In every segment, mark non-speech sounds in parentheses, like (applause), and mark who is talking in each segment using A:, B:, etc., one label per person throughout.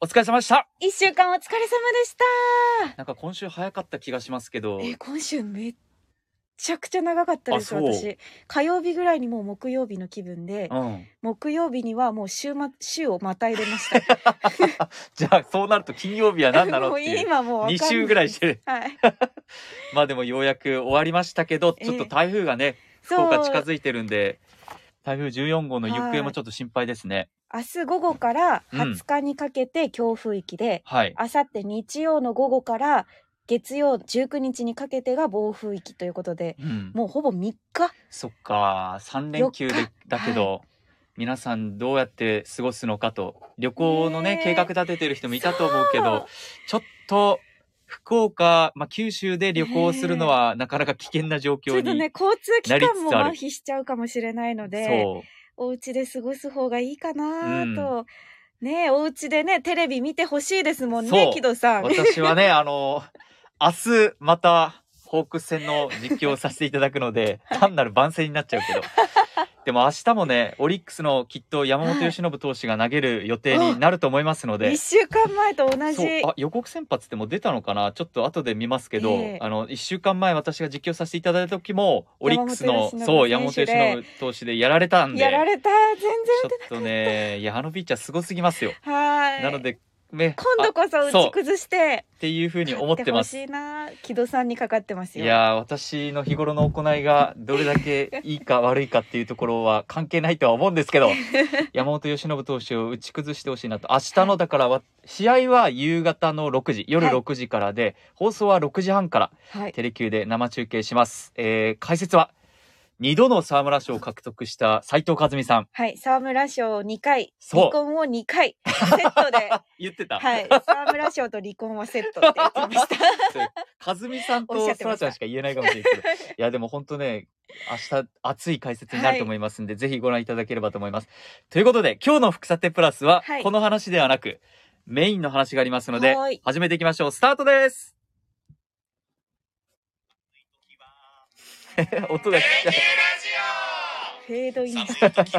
A: お疲れ様でした
B: 一週間お疲れ様でした
A: なんか今週早かった気がしますけど、
B: えー今週めっちゃくちゃ長かったです
A: あそう
B: 私火曜日ぐらいにもう木曜日の気分で
A: うん。
B: 木曜日にはもう週,、ま、週をまたいでました
A: じゃあそう (laughs) なると金曜日は何だろうって
B: (laughs)
A: い
B: も
A: う。
B: 今もうわかんな
A: 2週ぐらいしてる。 (laughs)
B: はい
A: まあでもようやく終わりましたけど、
B: ええ
A: ちょっと台風がね、福
B: そう
A: 岡近づいてるんで、台風14号の行方もちょっと心配ですね。
B: 明日午後から
A: うん
B: 20日にかけて強風域で、
A: はい。
B: 明後日日曜の午後から月曜19日にかけてが暴風域ということで
A: うん。
B: もうほぼ3日
A: そっか、3連休で
B: よっか
A: だけど、皆さんどうやって過ごすのかと、旅行のね、
B: ねえ
A: 計画立ててる人もいたと思うけ
B: そ
A: ど
B: う、
A: ちょっと、福岡、まあ、九州で旅行するのはなかなか危険な状
B: ちょ
A: 況
B: っと
A: に。
B: ね交通機関も
A: な
B: 麻
A: りつ
B: 痺しちゃうかもしれないので
A: そう。
B: お家で過ごす方がいいかな
A: うん
B: と、ねえお家でねテレビ見てほしいですもん
A: そ
B: ね
A: う
B: 木戸さん
A: 私は
B: (laughs)
A: ね、あの、明日またホークス戦の実況をさせていただくの
B: (laughs)
A: で、単なる番宣になっちゃうけど。でも明日もね、オリックスのきっと山本由伸投手が投げる予定になると思いますので
B: 1。週間前と同
A: そう
B: じ
A: あ予告先発ってもう出たのかなちょっと後で見ますけど、
B: ええ
A: あの1週間前私が実況させていただいた時もオリックスの
B: 山本由伸
A: そう山本
B: 選
A: 由
B: 手で
A: 伸投手でやられたんで
B: やられた全
A: ちょっとねいやあのピッチャーすごすぎますよ、
B: 然はい
A: なので、ね、
B: 今
A: あ
B: 度こそ打
A: そう
B: ち崩して
A: っていうふうに思ってます
B: 買ほしいな木戸さんにかかってます
A: い
B: よ
A: やー私の日頃の行いがどれだけいいか悪いかっていうところは関係ないとは思うんですけ
B: (laughs)
A: ど山本由伸投手を打ち崩してほしいなと明日のだからわ試合は夕方の6時夜
B: はい
A: 6時からで、放送は6時半から
B: はい
A: テレキューで生中継します、えー解説は2度の沢村賞を獲得した斉藤和美さん
B: はい沢村賞を2回
A: そう
B: 離婚を2回セット
A: (laughs)
B: で
A: 言ってた、
B: はい沢村賞と離婚はセットって言ってま
A: (laughs)
B: した
A: それ和美さんと
B: おっしゃっ
A: そ
B: て
A: ら
B: ました
A: ちゃんしか言えないかもしれないけど
B: (laughs)
A: いやでも本当ね明日熱い解説になると思いますんで、ぜひご覧いただければと思います。ということで今日の「福さてプラスは」
B: はい
A: この話ではなくメインの話がありますので
B: はーい
A: 始めていきましょうスタートです (laughs) 音がちっちゃい
B: フェードインだ
C: 寒い時もテレキューラジ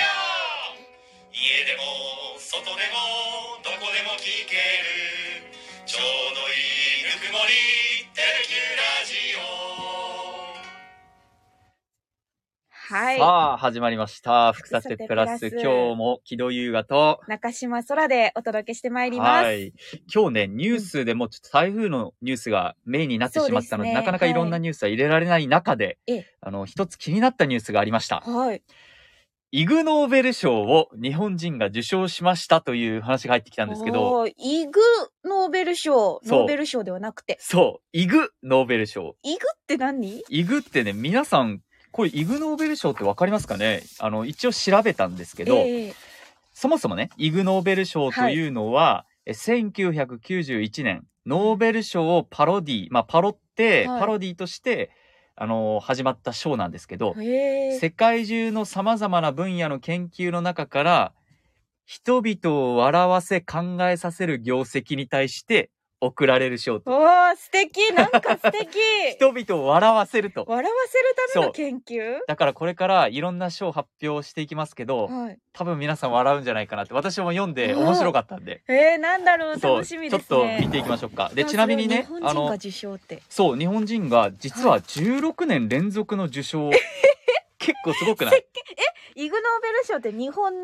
C: オ家でも外でもどこでも聞けるちょうどいいぬくもりテレキューラジオ
B: はい
A: さあ始まりました「福さてプラス」
B: 福さてプラス
A: 今日も木戸優雅と
B: 中島空でお届けしてまいります、
A: はい。今日ね、ニュースでもちょっと台風のニュースがメインになってしまったので、
B: そうですね
A: なかなかいろんなニュースは入れられない中で、
B: ええ
A: あの、一つ気になったニュースがありました。
B: はい。
A: イグ・ノーベル賞を日本人が受賞しましたという話が入ってきたんですけど、
B: おーイグ・ノーベル賞、
A: そう
B: ノーベル賞ではなくて、
A: そう、イグ・ノーベル賞。
B: イグって何
A: イグってね、皆さん、これイグ・ノーベル賞ってわかりますかねあの、一応調べたんですけど、
B: ええ
A: そもそもね、イグ・ノーベル賞というのは、え1991年、ノーベル賞をパロディ、まあ、パロって、
B: はい
A: パロディとして、あのー始まった賞なんですけど、
B: へえ
A: 世界中の様々な分野の研究の中から、人々を笑わせ考えさせる業績に対して贈られる賞と。
B: おー、
A: (laughs)
B: 素敵なんか素敵
A: 人々を笑わせると。
B: 笑わせるため
A: そう
B: の研究
A: だからこれからいろんな賞を発表していきますけど、
B: はい。
A: 多分皆さん笑うんじゃないかなって、私も読んで
B: うん
A: 面白かったんで。
B: ええなんだろう、楽しみですね。
A: ちょっと見ていきましょうか。で、ちなみにね
B: でも、それは
A: あの、
B: 日本人が受賞って。
A: そう、日本人が実は16年連続の受
B: (laughs)
A: 賞、結構すごくない
B: イグ・ノーベル賞って日本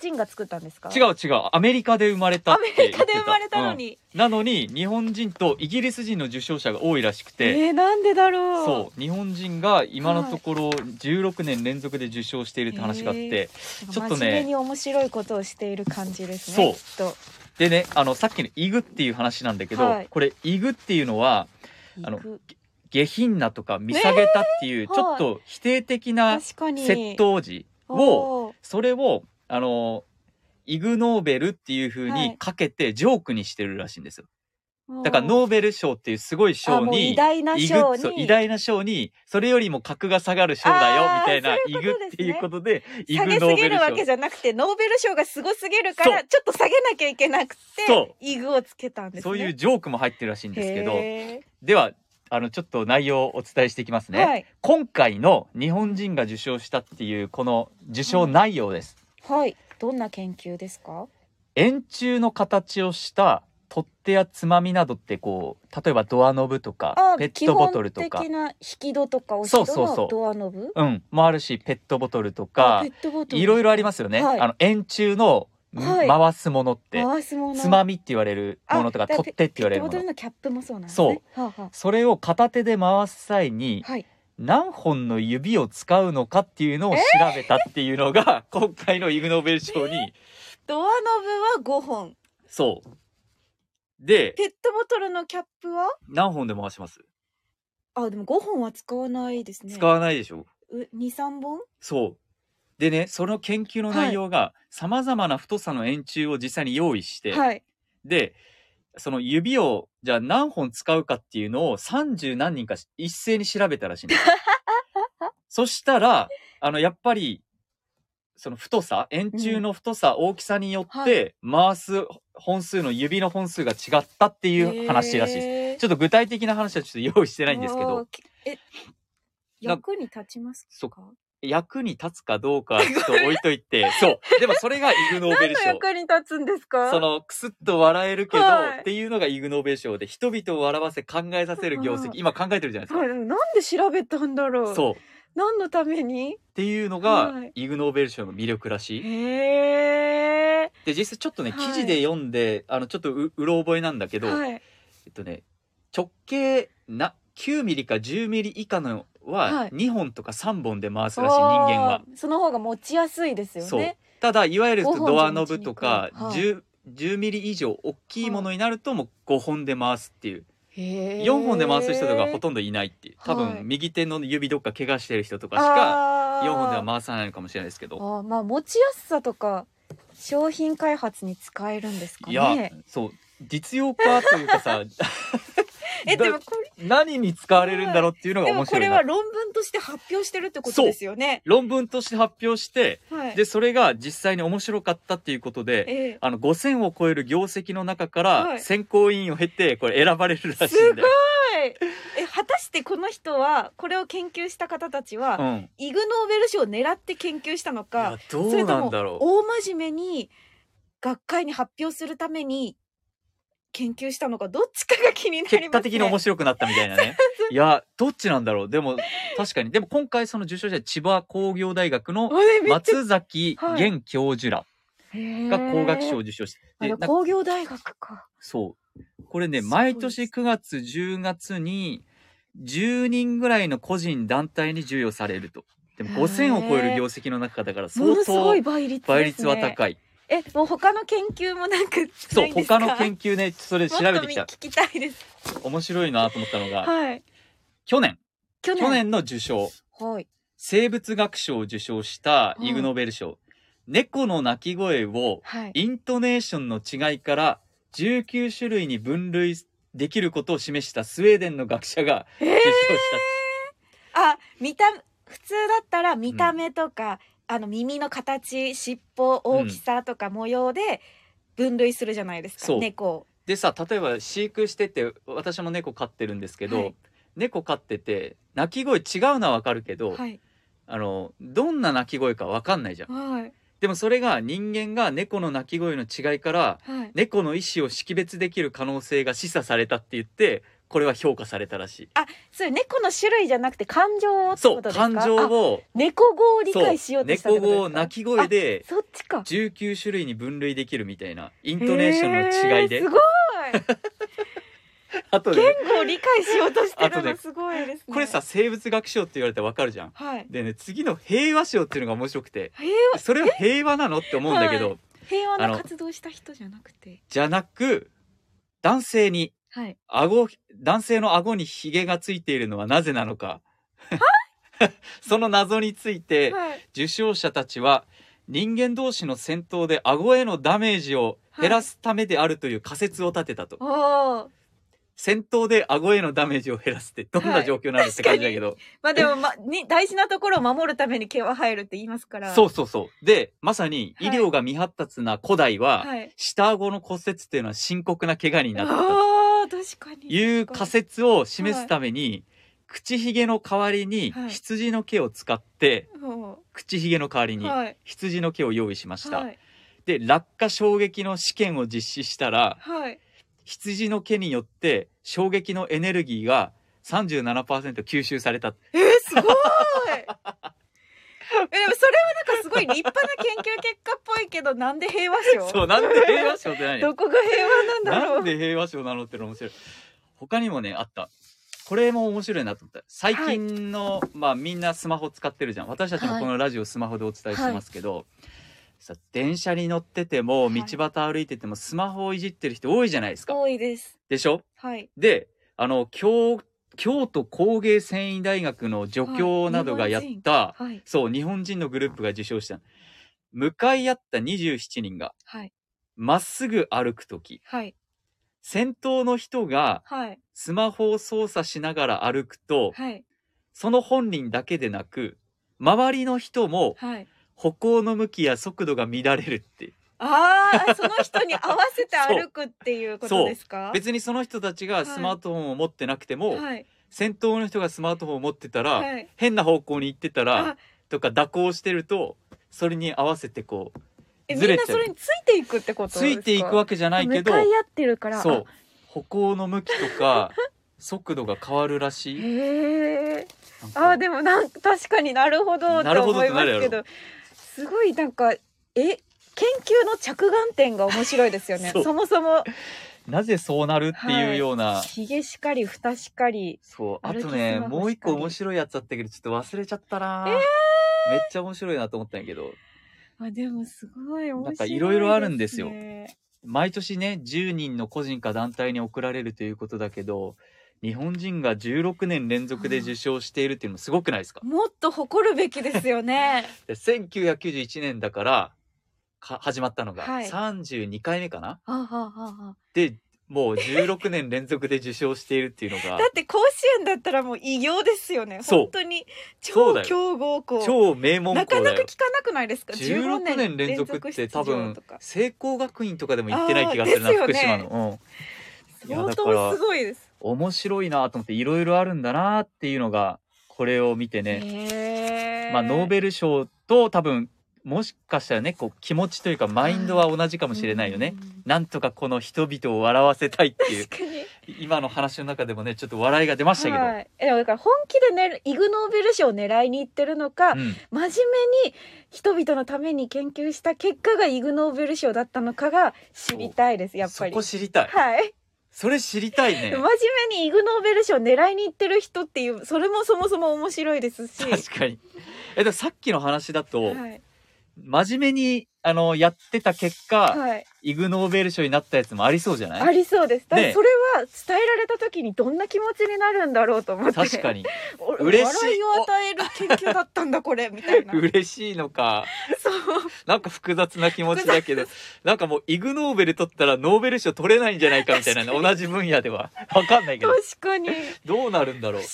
B: 人が作ったんですか
A: 違う違う、アメリカで生まれたっ
B: ア
A: て
B: メ
A: 言っ
B: リ
A: て
B: カで生まれたの、に。
A: うんなのに、日本人とイギリス人の受賞者が多いらしく
B: え
A: て、
B: えなんでだろう。
A: そう、日本人が今のところ16年連続で受賞しているって話があって、ちょっとね
B: 真面目に面白いことをしている感じです
A: そ
B: ね。
A: う
B: きっと。
A: でね、あの、さっきのイグっていう話なんだけど、
B: はい
A: これ、イグっていうのは、あの
B: イグ
A: 下品なとか見下げたっていう、ちょっと否定的な
B: 確かに。
A: 窃盗時を、
B: おー
A: それをあのイグ・ノーベルっていう風
B: は
A: に
B: い
A: かけてジョークにしてるらしいんですよ。だからノーベル賞っていうすごい
B: あ
A: 賞
B: もう偉
A: に
B: 大な
A: イ
B: 賞
A: グ
B: に
A: そう偉大な賞にそれよりも格が下がる賞だよ
B: あー
A: みたいな
B: そうい
A: イグ
B: うこと
A: っ
B: です
A: て
B: ね
A: いうことでイ
B: 下
A: グ・
B: げ
A: ノ
B: す
A: ーベ
B: ぎ
A: ル
B: るわけ
A: 賞
B: じゃなくてノーベル賞がすごすぎるからちょっと下げなきゃいけなくて
A: そう
B: イグをつけたんですね。
A: そういうジョークも入ってるらしいんですけど
B: へ
A: ではあのちょっと内容をお伝えしていきます
B: ー
A: ね、
B: はい
A: 今回の日本人が受賞したっていうこの受賞内容です、
B: はいどんな研究ですか
A: 円柱の形をした取っ手やつまみなどってこう例えばドアノブとか
B: あ
A: ペットボトルと
B: 基
A: か
B: 本的な引き戸とかお城
A: そうそうそ
B: の
A: う
B: ドアノブ
A: うんもあるしペットボトルと
B: あ
A: か
B: ペットボトル
A: いろいろありますよね、
B: はい
A: あの円柱の
B: はい
A: 回すものって、
B: 回すもの
A: つまみって言われるものとか
B: あだ
A: 取
B: ら
A: っ手って言われる
B: ペ
A: も
B: ットボトル
A: の
B: のキャップもそうなんですねはあは
A: それを片手で回す際に
B: あはい
A: 何本の指を使うのかっていうのを調べたっていうのが、 (laughs) 今回のイグノーベル賞に、
B: ドアノブは5本
A: そう。で、
B: ペットボトルのキャップは
A: 何本で回します
B: あでも5本は使わないですね
A: 使わないでしょ
B: 23本
A: そう。でね、その研究の内容が、様々な太さの円柱を実際に用意して、
B: はい
A: で、その指を、じゃあ何本使うかっていうのを30何人か一斉に調べたらし
B: (laughs)
A: いんですそしたら、あの、やっぱり、その太さ、円柱の太さ、大きさによっ
B: は
A: て、回す本数の指の本数が違ったっていう話らしいです。
B: です
A: ちょっと具体的な話はちょっと用意してないんですけど、
B: え
A: なん
B: 役に立ちます
A: そう
B: か
A: 役に立つかど
B: (laughs)
A: うかちょっと置いといて、そう。でもそれがイグノーベル賞。
B: に立つんですか
A: そのクスッと笑えるけど、
B: はい
A: っていうのがイグノーベル賞で人々を笑わせ考えさせる業績、
B: (laughs) うん
A: 今考えてるじゃないです
B: はいでもなんで調べたんだろ
A: か。
B: う
A: そう。っ
B: 何のために
A: ていうのが、
B: はい
A: イグノーベル賞の魅力らしい。
B: へえ
A: で実際ちょっとね
B: はい
A: 記事で読んで、あのちょっとううろ覚えなんだけど、
B: はい
A: えっとね直径な9ミリか10ミリ以下の
B: は
A: はい2本とか3本で回す
B: お
A: らしい、人間は。
B: ーその方が持ちやすいですよ
A: そう
B: ね
A: ただいわゆる
B: 5本
A: ドアノブとか
B: じゃ持ちに
A: 10 10ミリ以上大きいものになるともう5本で回すっていう
B: へー
A: 4本で回す人とかほとんどいないっていう多
B: はい
A: 分右手の指どっか怪我してる人とかしか
B: あー
A: 4本では回さないのかもしれないですけど
B: あーまあ持ちやすさとか商品開発に使えるんですか
A: いや
B: ね
A: そう実用化というかさ
B: (laughs) えで
A: (laughs)
B: も
A: ど
B: これ
A: 何に使われるんだろうっていうのが
B: でも
A: 面
B: こ
A: 白い
B: れ
A: な
B: は論文として発表してるってことですよね
A: 論文として発表して
B: はい
A: でそれが実際に面白かったっていうことで
B: ええ
A: あの5,000を超える業績の中か
B: は
A: ら
B: い
A: 選考委員を経てこれ選ばれるらしいんだよ。
B: はいえ果たしてこの人はこれを研究した方たちは、
A: うん、
B: イグ・ノーベル賞を狙って研究したの
A: いや
B: か
A: ど
B: それ
A: う
B: と
A: な
B: も
A: んだろう
B: 大真面目に学会に発表するために研究したのかどっちかが気になります、ね、
A: 結果的に面白くなったみたいな
B: (laughs)
A: ねいやどっちなんだろうでも確かにでも今回その受賞者は千葉工業大学の
B: (laughs) あれめっちゃ
A: 松崎玄教授らが工学賞を受賞して、
B: あ
A: で
B: れ
A: なんか
B: 工業大学か
A: そうこれね
B: すごい
A: 毎年9月10月に10人ぐらいの個人団体に授与されるとでも5000を超える業績の中だから
B: も
A: 相
B: のすご
A: 当
B: い倍率です、ね、
A: 倍率は高い、
B: えもう他の研究もなんか
A: そう他の
B: 究
A: 研究ねそれ調べてきた
B: 聞きたいです
A: 面白いなと思ったのが、
B: はい
A: 去年
B: 去年
A: 去年の受賞
B: はい
A: 生物学賞を受賞したイグ・ノーベル賞、猫の鳴き声を
B: はい
A: イントネーションの違いから19種類に分類できることを示したスウェーデンの学者が
B: え
A: 受賞
B: ー
A: した、
B: あ見た普通だったら見た目とか、あの耳の形尻尾大きさとか模様で分類するじゃないですか、
A: そう
B: 猫を
A: でさ例えば飼育してて私も猫飼ってるんですけど、
B: はい
A: 猫飼ってて鳴き声違うのはわかるけど、
B: はい
A: あのどんな鳴き声かわかんないじゃん
B: はい
A: でもそれが人間が猫の鳴き声の違いから
B: はい
A: 猫の意思を識別できる可能性が示唆されたって言ってこれは評価されたらしい
B: それ猫の種類じゃなくて感情をって
A: そ
B: こ
A: う
B: とですか
A: 感情
B: あ
A: を
B: 猫語を理
A: そう
B: 解しようとしたって
A: 猫
B: ことです
A: 語
B: か
A: を鳴き声で
B: そっちか
A: 19種類に分類できるみたいなイントネーションの違い
B: え
A: で
B: ーすごい
A: あとで
B: 言語を理解しようとしてる
A: あとね
B: のすごいですね
A: これさ生物学賞って言われたらわかるじゃん
B: はい
A: でね次の平和賞っていうのが面白くて
B: 平和
A: それは平和なのって思うんだけど、
B: は平和
A: あの
B: な活動した人じゃなくて
A: じゃなく男性に
B: はい
A: 顎男性の顎にひげがついているのはなぜなのか (laughs) その謎について、
B: はい
A: 受賞者たちは人間同士の戦闘で顎へのダメージを減らすためであるという仮説を立てたと、
B: おー
A: 戦闘で顎へのダメージを減らすってどんな状況なのって感じだけど、
B: まあでも、ま、に大事なところを守るために毛は入るって言いますから。。
A: そううそうそうでまさに医療が未発達な古代は、
B: はい。
A: 下顎の骨折っていうのは深刻な怪我になったと
B: ああ、確かに。
A: いう仮説を示すために、口ひげの代わりに
B: はい
A: 羊の毛を使って、
B: も
A: 口ひげの代わり
B: う。
A: に
B: はい。
A: 羊の毛を用意しました、
B: はい。
A: で落下衝撃の試験を実施したら
B: はい。
A: 羊の毛によって衝撃のエネルギーが37%吸収された
B: えー、すごいえでもそれはなんかすごい立派な研究結果っぽいけどなんで平和賞
A: そうなん
B: (laughs)
A: で平和賞って何
B: どこが平和 (laughs) なんだろ
A: な
B: うん
A: で平和賞なのっての面白い他にもねあったこれも面白いなと思った最近の、まあみんなスマホ使ってるじゃん私たちもこのラジオスマホでお伝えしてますけど、さ電車に乗ってても
B: はい
A: 道端歩いててもスマホをいじってる人多いじゃないですか、
B: 多いです
A: でしょ
B: はい
A: であの京京都工芸繊維大学の助教などがやった、
B: はい
A: そう日本人のグループが受賞した向かい合った27人が
B: はい
A: まっすぐ歩く時
B: はい
A: 先頭の人が
B: はい
A: スマホを操作しながら歩くと、
B: はい
A: その本人だけでなく、周りの人も
B: はい
A: 歩行の向きや速度が乱れるって。
B: ああその人に合わせて歩くっていうことですか
A: 別にその人たちがスマートフォンを持ってなくても、
B: はい
A: 先頭の人がスマートフォンを持ってたら、
B: はい
A: 変な方向に行ってたら
B: あ、
A: とか蛇行してると、それに合わせてこう、
B: えみ
A: ず
B: ん
A: れ
B: な
A: ちゃう
B: それについていくってことです
A: つ
B: か
A: いていくわけじゃないけど
B: 向、かい合ってるから
A: そう、歩行の向きとか、速度が変わるらしい。
B: へえ
A: なんか
B: あーでもなん確かになるほど
A: なる
B: と
A: ほどっ
B: 思
A: て
B: い
A: な
B: ま
A: るや
B: す
A: ろ
B: けどすごいなんかえ研究の着眼点が面白いですよね
A: そう
B: そもそも
A: なぜそうなるっていうような、
B: ひげしかりふたしかり
A: そう。あ
B: 歩き
A: とね、
B: スマホ
A: もう一個
B: 光
A: 面白いやつあったけど、ちょっと忘れちゃったな、めっちゃ面白いなと思ったんやけど、
B: あでもすごい面白いです、ね、
A: なんかいろいろあるんですよ毎年ね、10人の個人か団体に贈られるということだけど、日本人が16年連続で受賞しているっていうのすごくないですか、
B: もっと誇るべきです
A: (laughs)
B: よね
A: で ?1991 年だから、か始まったのが、
B: はい
A: 32回目かな
B: ああああ
A: で、もう16年連続で受賞しているっていうの
B: あ
A: が
B: (laughs) だ、って甲子園だったらもう偉業ですよね
A: そう
B: 本当に
A: そう
B: 超
A: だよ
B: 強豪校
A: 超名門
B: な
A: 校
B: か
A: だ
B: なか
A: よ。
B: 聞かなくないですか
A: 16
B: 15
A: 年連続って多
B: 出場
A: 分
B: とか
A: 聖光学院とかでも行ってない気がするな、
B: あー
A: 福
B: です
A: 島
B: よね
A: の、いや
B: 相
A: だから
B: 当すごいです
A: うん、面白いなと思っていろいろあるんだなっていうのがこれを見てね、
B: へえ
A: まあ、ノーベル賞と多分もしかしたらねこう気持ちというかマインドは同じかもしれないよね、なんとかこの人々を笑わせたいって
B: うん。
A: いう
B: 確かに。
A: 今の話の中でもねちょっと笑いが出ましたけど、
B: はい。え、でもだから本気でね、イグノーベル賞を狙いに行ってるのか、
A: うん、
B: 真面目に人々のために研究した結果がイグノーベル賞だったのかが知りたいです、やっぱ
A: そ
B: り
A: こ。知りたい
B: はい。
A: それ知りたいね
B: 真面目にイグノーベル賞を狙いに行ってる人っていう、それもそもそも面白いですし。
A: 確かにえでもさっきの話だと、
B: はい。
A: 真面目にあのやってた結果、
B: はい。
A: イグ・ノーベル賞になったやつもありそうじゃな
B: あ
A: い
B: りそうです。だから
A: ね
B: それは伝えられた時にどんな気持ちになるんだろうと思って。
A: 確かに
B: お。
A: 嬉しい
B: 笑いを与える研究だったんだ、これ、みたい (laughs) な。
A: (laughs) 嬉しいのか
B: そう。
A: なんか複雑な気持ちだけどなんかもうイグ・ノーベル取ったらノーベル賞取れないんじゃないかみたいなね同じ分野ではわかんないけど
B: 確かに不
A: どうなるんだろう
B: 思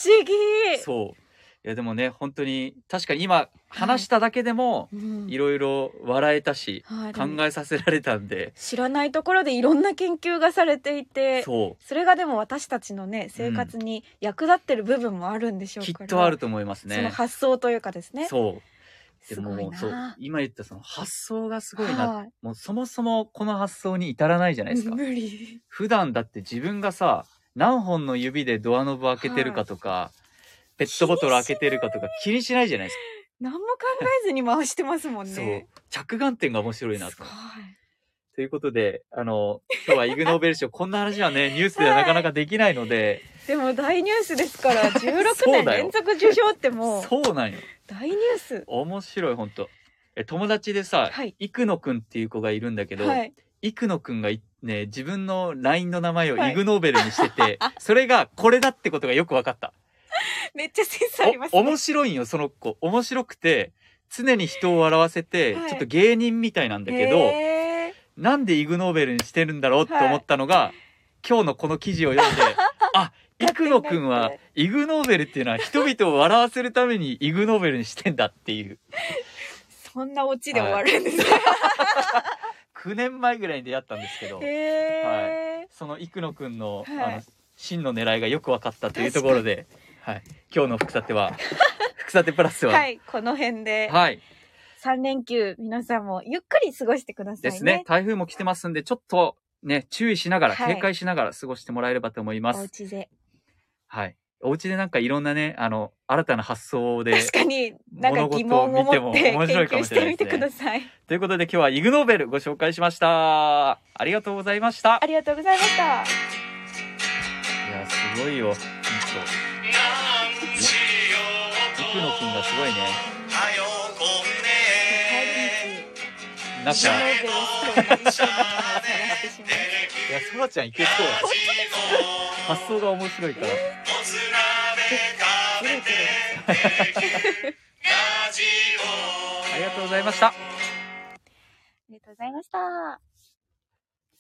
B: 議
A: そういやでもね本当に確かに今話しただけでも
B: うん
A: いろいろ笑えたし、
B: はいで
A: 考
B: も
A: えさせられたんで、
B: 知らないところでいろんな研究がされていてそ
A: そ
B: れがでも私たちのね生活に役立ってる部分もあるんでし
A: う
B: ょ
A: き
B: うから、
A: っとあると思います
B: その
A: ね。
B: 発想というかですね
A: そうです
B: ごい
A: も
B: な
A: そう今言ったその発想がすごいな
B: はい
A: もうそもそもこの発想に至らないじゃないですか
B: 無理
A: 普段だって自分がさ何本の指でドアノブ開けてるかとか、ペットボトル開けてるかとか気にしないじゃないで
B: 何も考えずに回してますもん
A: すか、
B: ね
A: そう着眼点が面白いな
B: す
A: と
B: ごい
A: ということであの今日はイグ・ノーベル賞こんな話は
B: (laughs)
A: ねニュースではなかなかできないので、
B: でも大ニュースですから
A: (laughs)
B: 16
A: そう
B: 年
A: だよ
B: 連続受賞ってもう
A: そうなんよ
B: 大ニュース
A: 面白いほんとえ友達でさ、
B: はい
A: 幾野くんっていう子がいるんだけど、
B: はい
A: 幾野くんがいね自分の LINE の名前を
B: はい
A: イグ・ノーベルにして
B: (laughs)
A: て、それがこれだってことがよく分かった
B: めっちゃセンスあります
A: お
B: ね
A: 面白いんよその子面白くて常に人を笑わせて、
B: はい
A: ちょっと芸人みたいなんだけど
B: へー
A: なんでイグ・ノーベルにしてるんだろうって思ったのが、今日のこの記事を読ん
B: (laughs)
A: であ幾野くんはイグ・ノーベルっていうのは人々を笑わせるためにイグ・ノーベルにしてんだっていう
B: そんなオチで終わるんですね、
A: 9年前ぐらいに出会ったんですけど、
B: へー
A: その幾野くんの,、
B: はい
A: あの真の狙いがよく分かったというところで、
B: (laughs)
A: はい、今日の「福さては」「福さてプラスは」
B: はい、この辺で。
A: はい
B: 3連休、皆さんもゆっくり過ごしてくださいね。
A: ですね。台風も来てますんで、ちょっとね、注意しながら、
B: はい
A: 警戒しながら過ごしてもらえればと思いま
B: お
A: す。
B: 家で。
A: はい。お家でなんかいろんなね、あの、新たな発想で。
B: 確かに、なんか疑問を持って
A: 物事を見ても
B: 研
A: 面白いか
B: 究
A: も
B: し
A: しれ
B: て
A: ない
B: み
A: です
B: て
A: ね
B: ください。
A: ということで今日はイグノーベルご紹介しました。ありがとうございました
B: あ。りがとうございました。
A: いや、すごいよ。ほんと。
C: なんしようと
A: イクノ君がすごいね。
C: はよこんね
A: なん
B: 帰り道、
A: か、い
B: イグノーベルを取りに行ったのが繋がってしまう
A: や、そらちゃんいけそうだ。発想が面白いから。
C: もつ鍋食べてラジオ
A: ありがとうございました。
B: ありがとうございました。